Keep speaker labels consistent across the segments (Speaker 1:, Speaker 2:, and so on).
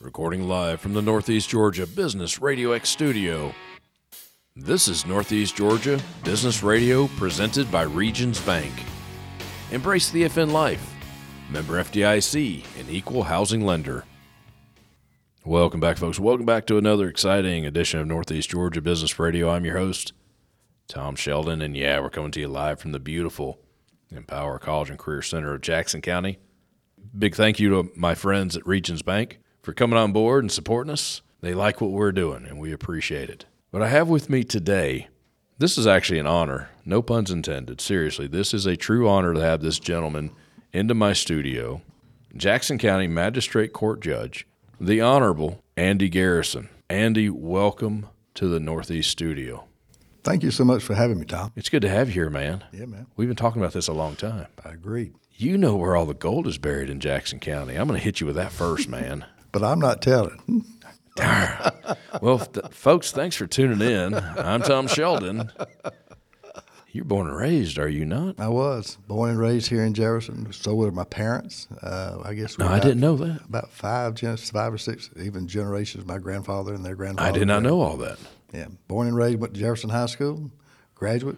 Speaker 1: Recording live from the Northeast Georgia Business Radio X studio. This is Northeast Georgia Business Radio presented by Regions Bank. Embrace the FN life. Member FDIC, an equal housing lender. Welcome back, folks. Welcome back to another exciting edition of Northeast Georgia Business Radio. I'm your host, Tom Sheldon, and yeah, we're coming to you live from the beautiful Empower College and Career Center of Jackson County. Big thank you to my friends at Regions Bank for coming on board and supporting us. They like what we're doing, and we appreciate it. But I have with me today, this is actually an honor, no puns intended. Seriously, this is a true honor to have this gentleman into my studio, Jackson County Magistrate Court Judge, the Honorable Andy Garrison. Andy, welcome to the Northeast Studio.
Speaker 2: Thank you so much for having me, Tom.
Speaker 1: It's good to have you here, man.
Speaker 2: Yeah, man.
Speaker 1: We've been talking about this a long time.
Speaker 2: I agree.
Speaker 1: You know where all the gold is buried in Jackson County. I'm going to hit you with that first, man.
Speaker 2: But I'm not telling.
Speaker 1: Darn. Well, th- folks, thanks for tuning in. I'm Tom Sheldon. You're born and raised, are you not?
Speaker 2: I was born and raised here in Jefferson. So were my parents. Uh, I guess
Speaker 1: No, I didn't know that.
Speaker 2: About five, gen- five or six, even generations. My grandfather and their grandfather.
Speaker 1: I did not know all that.
Speaker 2: Yeah, born and raised. Went to Jefferson High School. Graduate,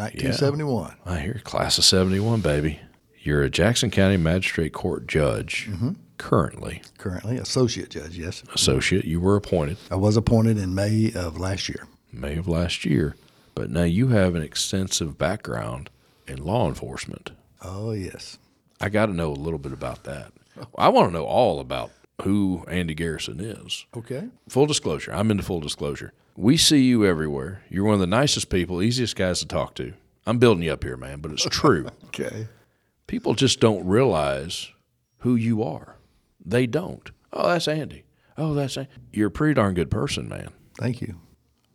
Speaker 2: 1971.
Speaker 1: I hear class of 71, baby. You're a Jackson County Magistrate Court judge currently,
Speaker 2: Currently associate judge. Yes,
Speaker 1: associate. You were appointed
Speaker 2: I was appointed in May of last year.
Speaker 1: May of last year, but now you have an extensive background in law enforcement.
Speaker 2: Oh yes.
Speaker 1: I got to know a little bit about that. I want to know all about who Andy Garrison is.
Speaker 2: Okay.
Speaker 1: Full disclosure, I'm into full disclosure. We see you everywhere. You're one of the nicest people, easiest guys to talk to. I'm building you up here, man, but it's true.
Speaker 2: Okay.
Speaker 1: People just don't realize who you are. They don't. Oh, that's Andy. Oh, that's Andy. You're a pretty darn good person, man.
Speaker 2: Thank you.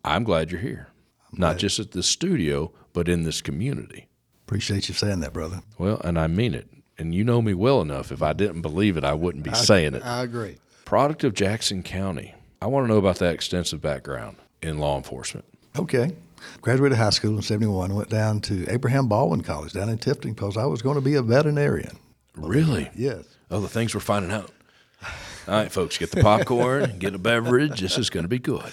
Speaker 1: I'm glad you're here. Not just at this studio, but in this community.
Speaker 2: Appreciate you saying that, brother.
Speaker 1: Well, and I mean it. And you know me well enough. If I didn't believe it, I wouldn't be saying it.
Speaker 2: I agree.
Speaker 1: Product of Jackson County. I want to know about that extensive background in law enforcement.
Speaker 2: Okay. Graduated high school in 71, went down to Abraham Baldwin College down in Tifton because I was going to be a veterinarian.
Speaker 1: Really?
Speaker 2: Yes.
Speaker 1: Oh, the things we're finding out. All right, folks, get the popcorn, get a beverage. This is going to be good.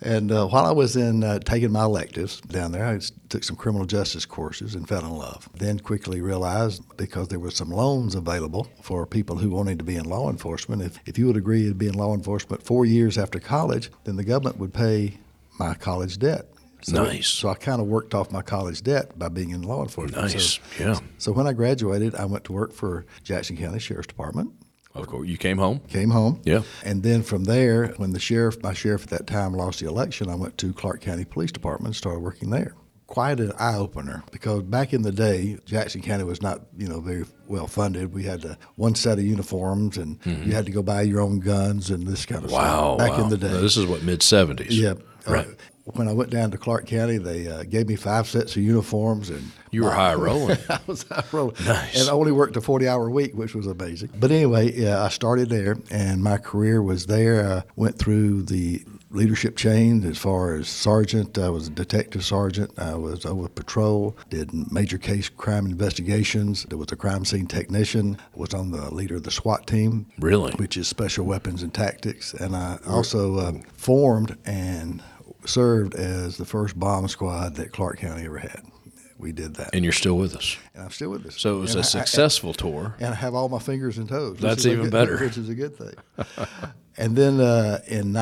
Speaker 2: And uh, while I was in uh, taking my electives down there, I s- took some criminal justice courses and fell in love. Then quickly realized because there were some loans available for people who wanted to be in law enforcement, if, if you would agree to be in law enforcement four years after college, then the government would pay my college debt. So,
Speaker 1: Nice.
Speaker 2: So I kind of worked off my college debt by being in law enforcement. So-
Speaker 1: Nice. Yeah.
Speaker 2: So when I graduated, I went to work for Jackson County Sheriff's Department.
Speaker 1: Of course, you came home.
Speaker 2: Came home.
Speaker 1: Yeah.
Speaker 2: And then from there, when the sheriff, my sheriff at that time, lost the election, I went to Clark County Police Department and started working there. Quite an eye opener because back in the day, Jackson County was not, you know, very well funded. We had uh one set of uniforms, and you had to go buy your own guns and this kind of
Speaker 1: Mm-hmm. Wow.
Speaker 2: stuff. Back
Speaker 1: wow.
Speaker 2: in the day,
Speaker 1: Now, this is what mid seventies.
Speaker 2: yeah. Uh,
Speaker 1: Right.
Speaker 2: when I went down to Clark County, they uh, gave me five sets of uniforms, and
Speaker 1: You were high rolling.
Speaker 2: I was high rolling. And I only worked a 40 hour week, which was amazing. But anyway, yeah, I started there and my career was there. I went through the leadership chain as far as sergeant. I was a detective sergeant. I was over patrol, did major case crime investigations. I was a crime scene technician, was on the leader of the SWAT team.
Speaker 1: Really?
Speaker 2: Which is special weapons and tactics. And I also uh, formed and served as the first bomb squad that Clark County ever had. We did that
Speaker 1: And you're still with us.
Speaker 2: and I'm still with us.
Speaker 1: So it was
Speaker 2: and
Speaker 1: a successful tour.
Speaker 2: I, and I have all my fingers and toes. which
Speaker 1: That's
Speaker 2: is a
Speaker 1: even
Speaker 2: good-
Speaker 1: better.
Speaker 2: which is a good thing. and then uh, in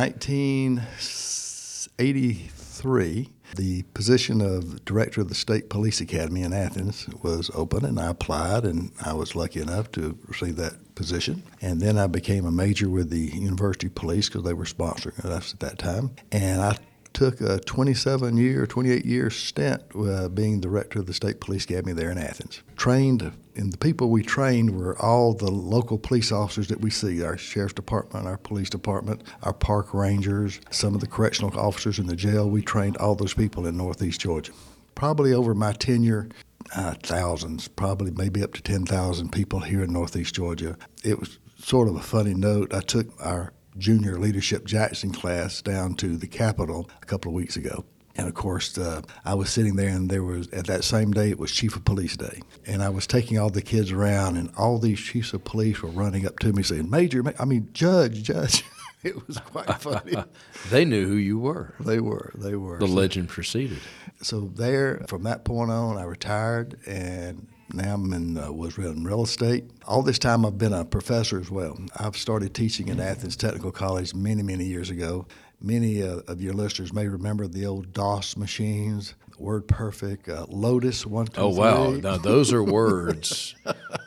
Speaker 2: 1983, the position of director of the State Police Academy in Athens was open, and I applied, and I was lucky enough to receive that position. And then I became a major with the University Police because they were sponsoring us at that time, and I. Took a 27 year, 28 year stint uh, being director of the State Police Academy there in Athens. Trained, and the people we trained were all the local police officers that we see our sheriff's department, our police department, our park rangers, some of the correctional officers in the jail. We trained all those people in Northeast Georgia. Probably over my tenure, uh, thousands, probably maybe up to 10,000 people here in Northeast Georgia. It was sort of a funny note. I took our junior leadership Jackson class down to the Capitol a couple of weeks ago. And of course, uh, I was sitting there, and there was at that same day it was Chief of Police Day, and I was taking all the kids around, and all these chiefs of police were running up to me saying, "Major, ma- I mean Judge, Judge." it was quite funny.
Speaker 1: They knew who you were.
Speaker 2: they were, they were.
Speaker 1: The legend proceeded.
Speaker 2: So there, from that point on, I retired, and now I'm in uh, was in real estate. All this time, I've been a professor as well. I've started teaching at Athens Technical College many, many years ago. Many uh, of your listeners may remember the old DOS machines, WordPerfect, uh, Lotus one two
Speaker 1: Oh wow!
Speaker 2: three.
Speaker 1: Now those are words.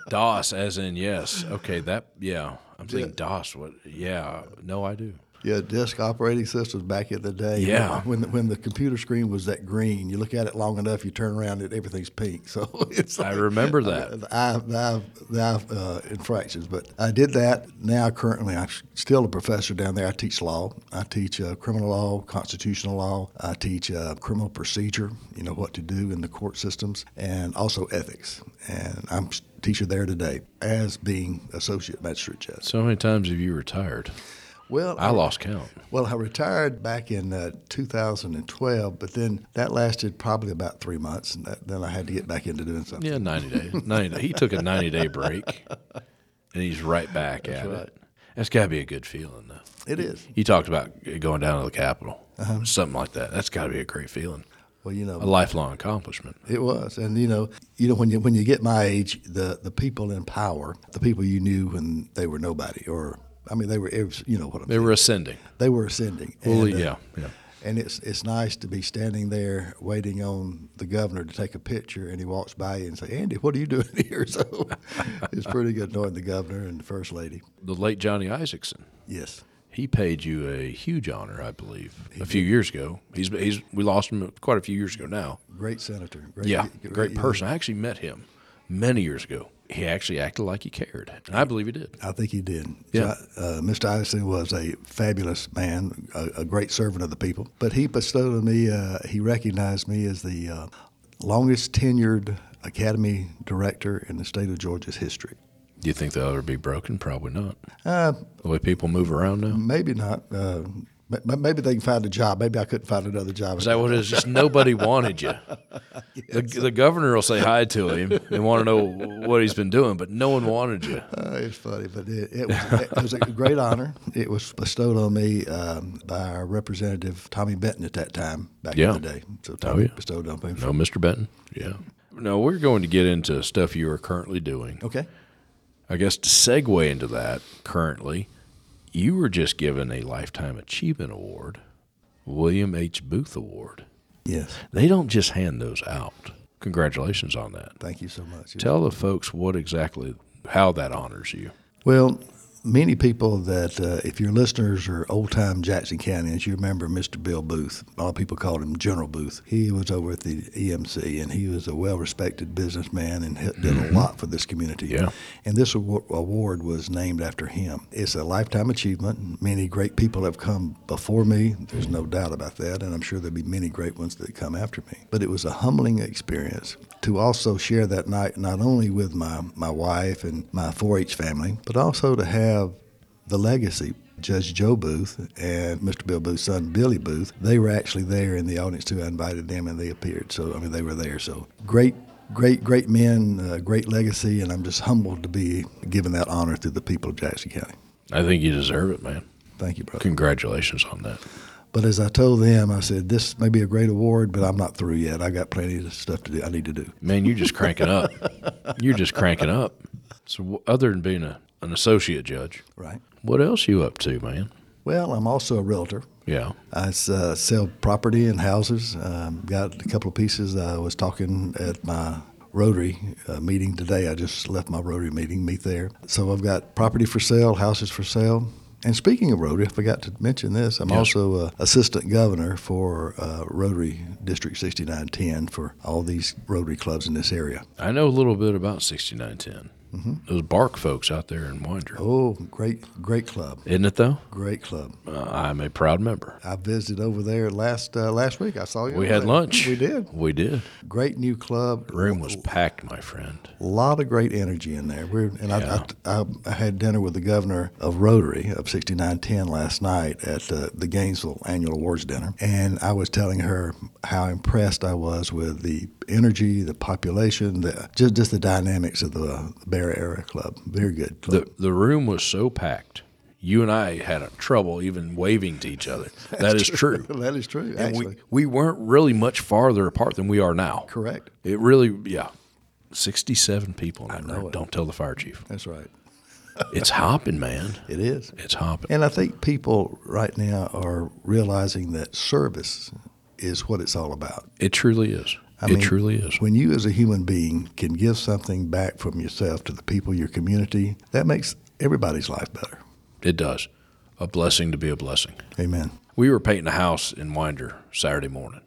Speaker 1: DOS, as in yes. Okay, that yeah. I'm thinking DOS. What? Yeah. No, I do.
Speaker 2: Yeah, disk operating systems back in the day.
Speaker 1: Yeah.
Speaker 2: when the, when the computer screen was that green, you look at it long enough, you turn around, and everything's pink. So it's uh,
Speaker 1: I remember that.
Speaker 2: the eye, the eye, the eye uh, infractions. But I did that. Now, currently, I'm still a professor down there. I teach law. I teach uh, criminal law, constitutional law. I teach uh, criminal procedure. You know what to do in the court systems, and also ethics. And I'm s- teacher there today as being associate magistrate judge.
Speaker 1: So many times have you retired?
Speaker 2: Well,
Speaker 1: I lost count.
Speaker 2: Well, I retired back in uh, 2012, but then that lasted probably about three months, and that, then I had to get back into doing something.
Speaker 1: Yeah, 90 days. 90 day. He took a 90 day break, and he's right back at it. That's got to be a good feeling though.
Speaker 2: It is.
Speaker 1: He talked about going down to the Capitol, something like that. That's got to be a great feeling,
Speaker 2: Well, you know,
Speaker 1: a lifelong accomplishment.
Speaker 2: It was, and you know, you know when you when you get my age, the the people in power, the people you knew when they were nobody, or I mean, they were, it was, you know what I'm
Speaker 1: They
Speaker 2: saying.
Speaker 1: were ascending.
Speaker 2: They were ascending.
Speaker 1: Well,
Speaker 2: and, uh,
Speaker 1: yeah, yeah.
Speaker 2: And it's it's nice to be standing there waiting on the governor to take a picture, and he walks by you and say, "Andy, what are you doing here?" So it's pretty good knowing the governor and the first lady.
Speaker 1: The late Johnny Isaacson.
Speaker 2: Yes,
Speaker 1: He paid you a huge honor, I believe, a few years ago. He's he's we lost him quite a few years ago now.
Speaker 2: great senator. Great,
Speaker 1: Yeah,
Speaker 2: great,
Speaker 1: great person. I actually met him many years ago. He actually acted like he cared, and I believe he did.
Speaker 2: I think he did.
Speaker 1: Yeah.
Speaker 2: So, uh, Mr. Addison was a fabulous man, a, a great servant of the people. But he bestowed on me, uh, he recognized me as the uh, longest tenured academy director in the state of Georgia's history.
Speaker 1: Do you think they'll ever be broken? Probably not.
Speaker 2: Uh,
Speaker 1: The way people move around now.
Speaker 2: maybe not. Uh, ma- ma- maybe they can find a job. Maybe I couldn't find another job.
Speaker 1: Is that what it is? Just nobody wanted you. The, the governor will say hi to him and want to know what he's been doing, but no one wanted you.
Speaker 2: Uh, it's funny, but it, it, was, it was a great honor. It was bestowed on me um, by our representative Tommy Benton at that time back
Speaker 1: Yeah. Oh,
Speaker 2: in the day. So Tommy
Speaker 1: yeah.
Speaker 2: bestowed on me.
Speaker 1: No, Mr. Benton? Yeah. No, we're going to get into stuff you are currently doing.
Speaker 2: Okay.
Speaker 1: I guess to segue into that, currently, you were just given a Lifetime Achievement Award, William H. Booth Award.
Speaker 2: Yes.
Speaker 1: They don't just hand those out. Congratulations on that.
Speaker 2: Thank you so much.
Speaker 1: Tell the folks what exactly, how that honors you.
Speaker 2: Well, many people that, uh, if your listeners are old time Jackson Countyans, you remember Mr. Bill Booth. A lot of people called him General Booth. He was over at the EMC and he was a well respected businessman and he- did a lot for this community.
Speaker 1: Mm-hmm. Yeah.
Speaker 2: And this award, award was named after him. It's a lifetime achievement. Many great people have come before me. There's no doubt about that. And I'm sure there'll be many great ones that come after me. But it was a humbling experience to also share that night, not only with my, my wife and my 4 H family, but also to have the legacy. Judge Joe Booth and Mr. Bill Booth's son, Billy Booth, they were actually there in the audience too. I invited them and they appeared. So, I mean, they were there. So, great, great, great men, uh, great legacy, and I'm just humbled to be given that honor through the people of Jackson County.
Speaker 1: I think you deserve it, man.
Speaker 2: Thank you, brother.
Speaker 1: Congratulations on that.
Speaker 2: But as I told them, I said, this may be a great award, but I'm not through yet. I got plenty of stuff to do. I need to do.
Speaker 1: Man, you're just cranking up. You're just cranking up. So, w- other than being a, an associate judge,
Speaker 2: Right.
Speaker 1: what else you up to, man?
Speaker 2: Well, I'm also a realtor.
Speaker 1: Yeah.
Speaker 2: I s- uh, sell property and houses. Um, got a couple of pieces. I was talking at my Rotary uh, meeting today. I just left my Rotary meeting, meet there. So I've got property for sale, houses for sale. And speaking of Rotary, I forgot to mention this. I'm
Speaker 1: Yes.
Speaker 2: also uh, assistant governor for uh, Rotary District 6910 for all these Rotary clubs in this area.
Speaker 1: I know a little bit about 6910. Those Bark folks out there in Winder.
Speaker 2: Oh, great, great club,
Speaker 1: Isn't it, though?
Speaker 2: great club.
Speaker 1: Uh, I'm a proud member.
Speaker 2: I visited over there last uh, last week. I saw you.
Speaker 1: We
Speaker 2: over
Speaker 1: had
Speaker 2: there.
Speaker 1: lunch.
Speaker 2: We did.
Speaker 1: We did.
Speaker 2: Great new club.
Speaker 1: Room was packed, my friend.
Speaker 2: A lot of great energy in there. We're, and
Speaker 1: Yeah.
Speaker 2: I, I, I had dinner with the governor of Rotary of 6910 last night at the, the Gainesville Annual Awards Dinner. And I was telling her how impressed I was with the energy, the population, the, just, just the dynamics of the Bear Era Club. Very good. Club.
Speaker 1: The the room was so packed. You and I had trouble even waving to each other. That is true.
Speaker 2: that is true,
Speaker 1: And
Speaker 2: actually.
Speaker 1: we, we weren't really much farther apart than we are now.
Speaker 2: Correct.
Speaker 1: It really, yeah. 67 people in that room. Don't tell the fire chief.
Speaker 2: That's right.
Speaker 1: It's hopping, man.
Speaker 2: It is.
Speaker 1: It's hopping.
Speaker 2: And I think people right now are realizing that service is what it's all about.
Speaker 1: It truly is. it
Speaker 2: mean,
Speaker 1: truly is.
Speaker 2: When you, as a human being, can give something back from yourself to the people, your community, that makes everybody's life better.
Speaker 1: It does. A blessing to be a blessing.
Speaker 2: Amen.
Speaker 1: We were painting a house in Winder Saturday morning,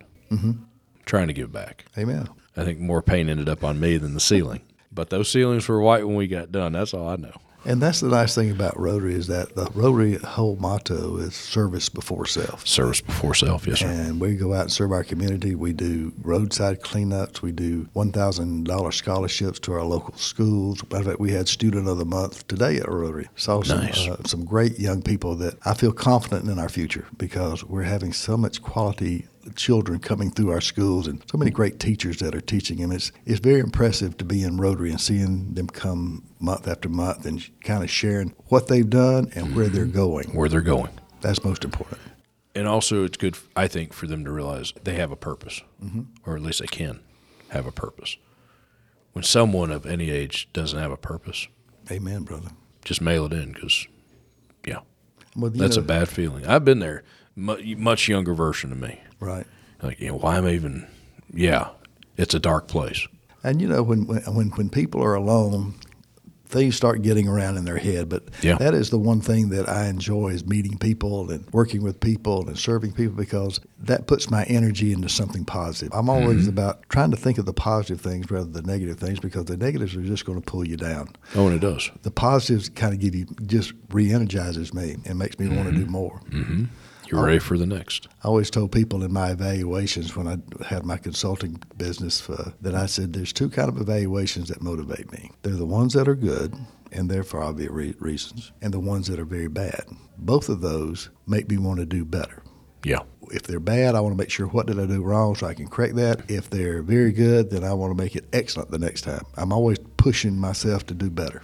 Speaker 1: trying to give back.
Speaker 2: Amen.
Speaker 1: I think more paint ended up on me than the ceiling. But those ceilings were white when we got done. That's all I know.
Speaker 2: And that's the nice thing about Rotary is that the Rotary whole motto is service before self.
Speaker 1: Service before self, yes, sir.
Speaker 2: And we go out and serve our community. We do roadside cleanups. We do $1,000 scholarships to our local schools. Matter of fact, we had Student of the Month today at Rotary. Saw some,
Speaker 1: Nice.
Speaker 2: uh, some great young people that I feel confident in our future because we're having so much quality children coming through our schools and so many great teachers that are teaching them. It's, it's very impressive to be in Rotary and seeing them come month after month and kind of sharing what they've done and where
Speaker 1: Mm-hmm.
Speaker 2: they're going.
Speaker 1: Where they're going.
Speaker 2: That's most important.
Speaker 1: And also, it's good, I think, for them to realize they have a purpose, or at least they can have a purpose. When someone of any age doesn't have a purpose,
Speaker 2: Amen, brother.
Speaker 1: just mail it in because, yeah,
Speaker 2: Well, you
Speaker 1: that's
Speaker 2: know-
Speaker 1: a bad feeling. I've been there, mu- much younger version of me.
Speaker 2: Right.
Speaker 1: Like, you know, why am I even, yeah, it's a dark place.
Speaker 2: And you know, when when when, when people are alone, things start getting around in their head. But
Speaker 1: Yeah.
Speaker 2: that is the one thing that I enjoy is meeting people and working with people and serving people because that puts my energy into something positive. I'm always about trying to think of the positive things rather than the negative things because the negatives are just going to pull you down.
Speaker 1: Oh, and it does.
Speaker 2: The positives kind of give you just re-energizes me and makes me want to do more.
Speaker 1: You're ready for the next.
Speaker 2: I always told people in my evaluations when I had my consulting business uh, that I said there's two kind of evaluations that motivate me. They're the ones that are good, and they're for obvious re- reasons, and the ones that are very bad. Both of those make me want to do better.
Speaker 1: Yeah.
Speaker 2: If they're bad, I want to make sure what did I do wrong so I can correct that. If they're very good, then I want to make it excellent the next time. I'm always pushing myself to do better.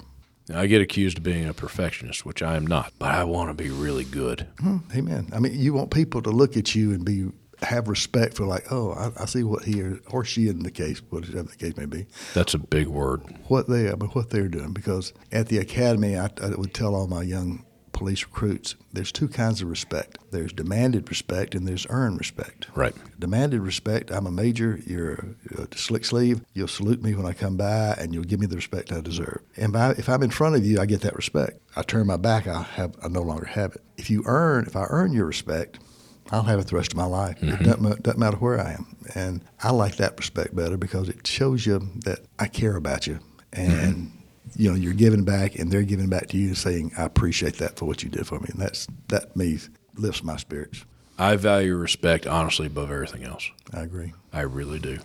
Speaker 1: I get accused of being a perfectionist, which I am not, but I want to be really good.
Speaker 2: Amen. I mean, you want people to look at you and be have respect for like, oh, I, I see what he or, or she in the case, whatever the case may be,
Speaker 1: That's a big word.
Speaker 2: what they I mean, what they're doing. Because at the academy, I, I would tell all my young police recruits, there's two kinds of respect. There's demanded respect and there's earned respect.
Speaker 1: Right.
Speaker 2: Demanded respect. I'm a major. You're a slick sleeve. You'll salute me when I come by, and you'll give me the respect I deserve. And by, if I'm in front of you, I get that respect. I turn my back, I have I no longer have it. If you earn, if I earn your respect, I'll have it the rest of my life. It doesn't, ma- doesn't matter where I am, and I like that respect better because it shows you that I care about you, and you know you're giving back, and they're giving back to you, and saying I appreciate that for what you did for me, and that's that me lifts my spirits.
Speaker 1: I value respect honestly above everything else.
Speaker 2: I agree.
Speaker 1: I really do.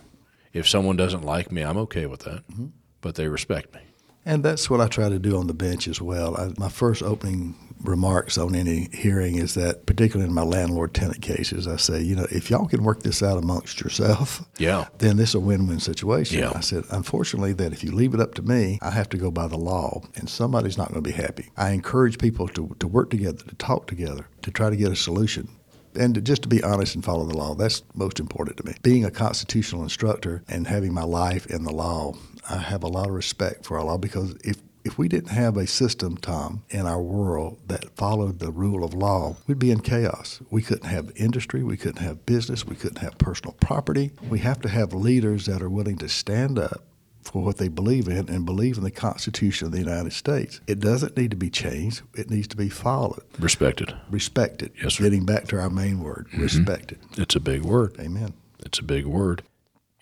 Speaker 1: If someone doesn't like me, I'm okay with that,
Speaker 2: Mm-hmm.
Speaker 1: but they respect me.
Speaker 2: And that's what I try to do on the bench as well. I, my first opening remarks on any hearing is that, particularly in my landlord tenant cases, I say, you know, if y'all can work this out amongst yourself,
Speaker 1: Yeah.
Speaker 2: then this is a win win situation.
Speaker 1: Yeah.
Speaker 2: I said, unfortunately, that if you leave it up to me, I have to go by the law, and somebody's not going to be happy. I encourage people to, to work together, to talk together, to try to get a solution. And to, just to be honest and follow the law, that's most important to me. Being a constitutional instructor and having my life in the law, I have a lot of respect for our law because if if we didn't have a system, Tom, in our world that followed the rule of law, we'd be in chaos. We couldn't have industry, we couldn't have business, we couldn't have personal property. We have to have leaders that are willing to stand up for what they believe in and believe in the Constitution of the United States. It doesn't need to be changed, it needs to be followed,
Speaker 1: Respected.
Speaker 2: respected.
Speaker 1: Yes, sir.
Speaker 2: Getting back to our main word, respected.
Speaker 1: It's a big word.
Speaker 2: Amen.
Speaker 1: It's a big word.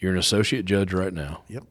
Speaker 1: You're an associate judge right now.
Speaker 2: Yep.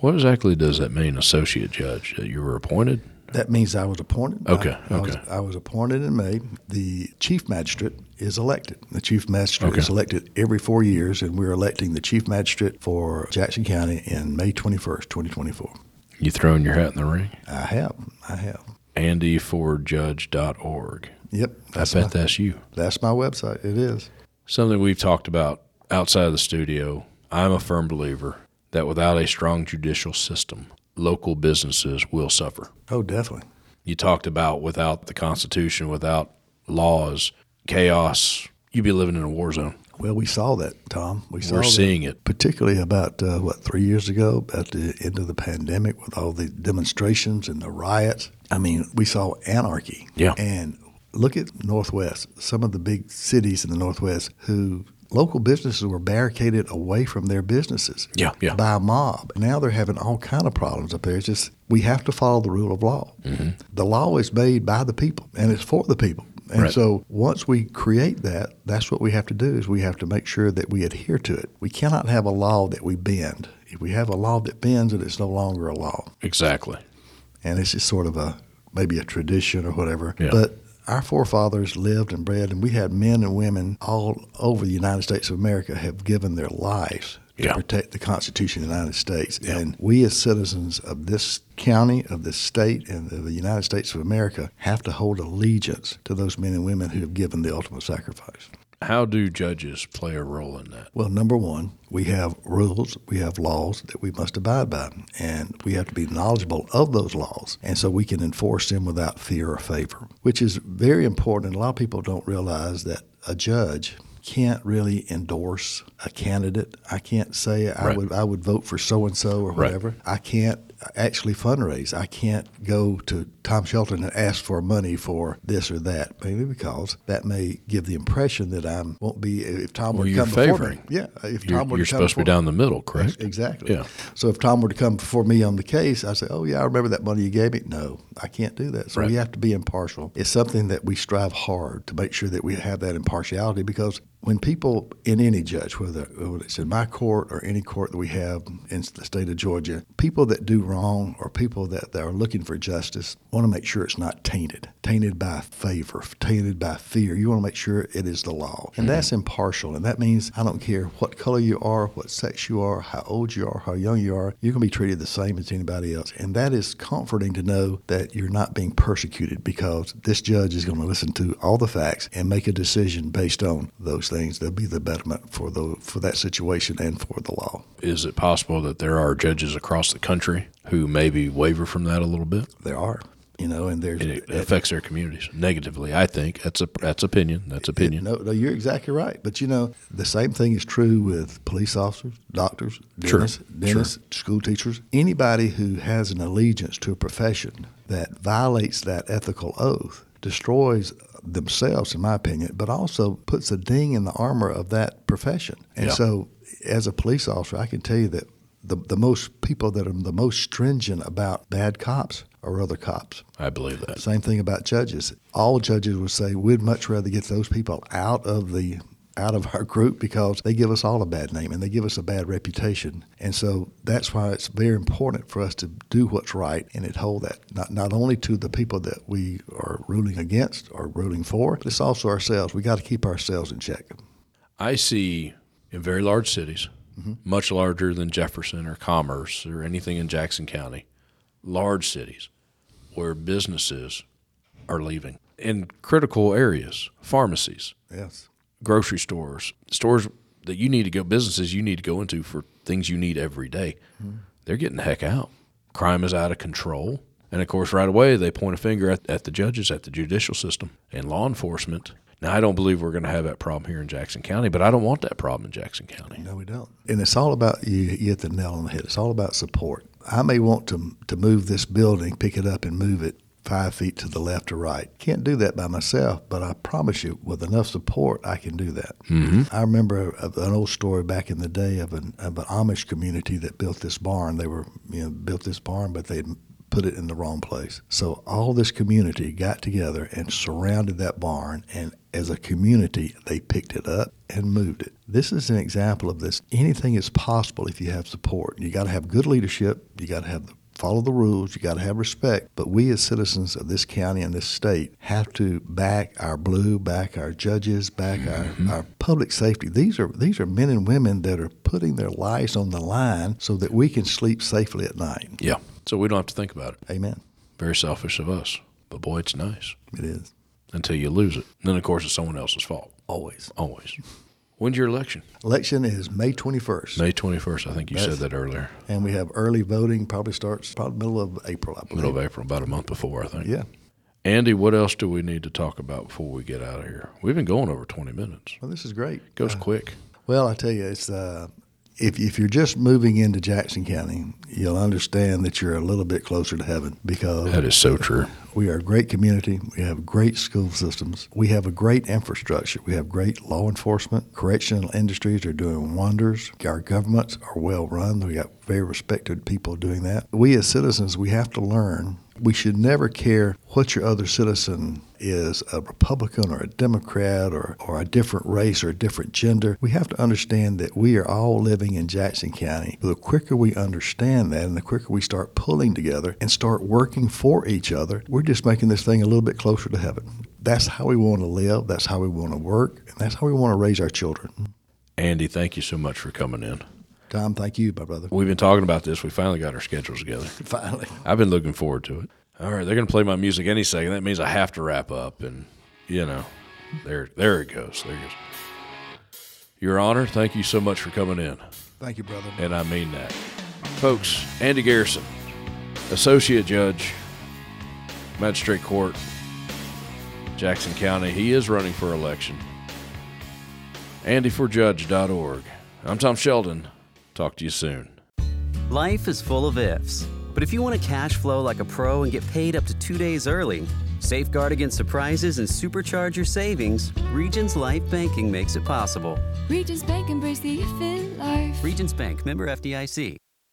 Speaker 1: What exactly does that mean, associate judge? That you were appointed?
Speaker 2: That means I was appointed.
Speaker 1: Okay,
Speaker 2: I, I was-
Speaker 1: okay.
Speaker 2: I was appointed in May. The chief magistrate is elected. The chief magistrate
Speaker 1: Okay.
Speaker 2: is elected every four years, and we're electing the chief magistrate for Jackson County in May 21st, 2024.
Speaker 1: You throwing your hat in the ring?
Speaker 2: I have. I have.
Speaker 1: AndyFordJudge.org.
Speaker 2: Yep.
Speaker 1: I
Speaker 2: That's
Speaker 1: bet
Speaker 2: my,
Speaker 1: that's you.
Speaker 2: That's my website. It is.
Speaker 1: Something we've talked about outside of the studio. I'm a firm believer that without a strong judicial system, local businesses will suffer.
Speaker 2: Oh, definitely.
Speaker 1: you talked about without the Constitution, without laws, chaos, you'd be living in a war zone.
Speaker 2: Well, we saw that, Tom. We saw
Speaker 1: We're
Speaker 2: that.
Speaker 1: seeing it.
Speaker 2: particularly about uh, what three years ago at the end of the pandemic with all the demonstrations and the riots i mean we saw anarchy
Speaker 1: Yeah.
Speaker 2: and look at northwest some of the big cities in the northwest who local businesses were barricaded away from their businesses
Speaker 1: Yeah, yeah.
Speaker 2: by a mob now they're having all kind of problems up there it's just we have to follow the rule of law
Speaker 1: Mm-hmm.
Speaker 2: the law is made by the people and it's for the people and
Speaker 1: Right.
Speaker 2: so so once we create that, that's what we have to do is we have to make sure that we adhere to it. We cannot have a law that we bend. If we have a law that bends it, it's no longer a law.
Speaker 1: Exactly.
Speaker 2: And it's just sort of a maybe a tradition or whatever.
Speaker 1: Yeah.
Speaker 2: But our forefathers lived and bred and we had men and women all over the United States of America have given their lives to
Speaker 1: Yeah.
Speaker 2: protect the Constitution of the United States. And we as citizens of this county, of this state, and of the United States of America have to hold allegiance to those men and women who have given the ultimate sacrifice.
Speaker 1: How do judges play a role in that?
Speaker 2: Well, number one, we have rules, we have laws that we must abide by, and we have to be knowledgeable of those laws, and so we can enforce them without fear or favor, which is very important. And a lot of people don't realize that a judge can't really endorse a candidate. I can't say I
Speaker 1: Right.
Speaker 2: would I would vote for so and so or
Speaker 1: Right.
Speaker 2: whatever. I can't actually fundraise. I can't go to Tom Shelton and ask for money for this or that, mainly because that may give the impression that I am won't be if Tom
Speaker 1: Well,
Speaker 2: would
Speaker 1: you're
Speaker 2: come before me.
Speaker 1: favoring.
Speaker 2: Yeah, if
Speaker 1: You're,
Speaker 2: Tom were
Speaker 1: you're
Speaker 2: to come
Speaker 1: supposed to be
Speaker 2: before-
Speaker 1: down the middle, correct?
Speaker 2: Exactly.
Speaker 1: Yeah.
Speaker 2: So if Tom were to come before me on the case, I say, "Oh yeah, I remember that money you gave me." No, I can't do that. So
Speaker 1: Right.
Speaker 2: we have to be impartial. It's something that we strive hard to make sure that we have that impartiality because when people in any judge, whether whether it's in my court or any court that we have in the state of Georgia, people that do wrong or people that, that are looking for justice want to make sure it's not tainted, tainted by favor, tainted by fear. You want to make sure it is the law, and that's impartial, and that means I don't care what color you are, what sex you are, how old you are, how young you are, you're going to be treated the same as anybody else. And that is comforting to know that you're not being persecuted because this judge is going to listen to all the facts and make a decision based on those things. They'll be the betterment for the for that situation and for the law.
Speaker 1: Is it possible that there are judges across the country who maybe waver from that a little bit?
Speaker 2: There are, you know, and there's
Speaker 1: It affects their communities negatively, I think. That's a that's opinion. That's opinion.
Speaker 2: No, no, you're exactly right. But you know, the same thing is true with police officers, doctors,
Speaker 1: Sure,
Speaker 2: dentists, dentists school teachers, anybody who has an allegiance to a profession that violates that ethical oath destroys themselves, in my opinion, but also puts a ding in the armor of that profession. And
Speaker 1: Yeah.
Speaker 2: so, as a police officer, I can tell you that. The, the most people that are the most stringent about bad cops are other cops.
Speaker 1: I believe that.
Speaker 2: Same thing about judges. All judges would say we'd much rather get those people out of the out of our group because they give us all a bad name and they give us a bad reputation. And so that's why it's very important for us to do what's right and hold that not not only to the people that we are ruling against or ruling for, but it's also ourselves. We got to keep ourselves in check.
Speaker 1: I see in very large cities, much larger than Jefferson or Commerce or anything in Jackson County, large cities where businesses are leaving in critical areas, pharmacies,
Speaker 2: Yes.
Speaker 1: grocery stores, stores that you need to go, businesses you need to go into for things you need every day. They're getting the heck out. Crime is out of control. And of course, right away, they point a finger at, at the judges, at the judicial system, and law enforcement. Now, I don't believe we're going to have that problem here in Jackson County, but I don't want that problem in Jackson County.
Speaker 2: No, we don't. And it's all about you. You hit the nail on the head. It's all about support. I may want to to move this building, pick it up, and move it five feet to the left or right. Can't do that by myself, but I promise you, with enough support, I can do that. Mm-hmm. I remember a- an old story back in the day of an of an Amish community that built this barn. They were you know built this barn, but they put it in the wrong place. So all this community got together and surrounded that barn, and as a community, they picked it up and moved it. This is an example of this. Anything is possible if you have support. You got to have good leadership. You got to have the follow the rules, you got to have respect. But we, as citizens of this county and this state, have to back our blue, back our judges, back our, our public safety. These are these are men and women that are putting their lives on the line so that we can sleep safely at night.
Speaker 1: Yeah. So we don't have to think about it.
Speaker 2: Amen.
Speaker 1: Very selfish of us. But boy, it's nice
Speaker 2: It is
Speaker 1: until you lose it. And then, of course, it's someone else's fault.
Speaker 2: always.
Speaker 1: Always. When's your election?
Speaker 2: Election is May twenty first,
Speaker 1: May 21st. I think you said that earlier.
Speaker 2: and we have early voting. Probably starts probably middle of April, I believe.
Speaker 1: Middle of April, about a month before, I think.
Speaker 2: Yeah.
Speaker 1: Andy, what else do we need to talk about before we get out of here? We've been going over 20 minutes.
Speaker 2: Well, this is great.
Speaker 1: Goes quick.
Speaker 2: Well, I tell you, it's uh, if if you're just moving into Jackson County, you'll understand that you're a little bit closer to heaven because
Speaker 1: That is so true.
Speaker 2: we are a great community. We have great school systems. We have a great infrastructure. We have great law enforcement. Correctional industries are doing wonders. Our governments are well run. We got very respected people doing that. We as citizens, we have to learn. We should never care what your other citizen is a Republican or a Democrat or, or a different race or a different gender. We have to understand that we are all living in Jackson County. The quicker we understand that and the quicker we start pulling together and start working for each other, we're just making this thing a little bit closer to heaven. That's how we want to live, that's how we want to work, and that's how we want to raise our children.
Speaker 1: Andy, thank you so much for coming in.
Speaker 2: Tom, thank you, my brother.
Speaker 1: We've been talking about this. We finally got our schedules together.
Speaker 2: Finally.
Speaker 1: I've been looking forward to it. All right, they're going to play my music any second. That means I have to wrap up, and you know, there, there it goes. There it goes. Your Honor, thank you so much for coming in,
Speaker 2: Thank you, brother.
Speaker 1: and I mean that, folks. Andy Garrison, Associate Judge, Magistrate Court, Jackson County. He is running for election. AndyForJudge.org. I'm Tom Sheldon. Talk to you soon.
Speaker 3: Life is full of ifs, but if you want to cash flow like a pro and get paid up to two days early, safeguard against surprises and supercharge your savings, Regions Life Banking makes it possible.
Speaker 4: Regis Bank embrace the infant life.
Speaker 3: Regions Bank member FDIC.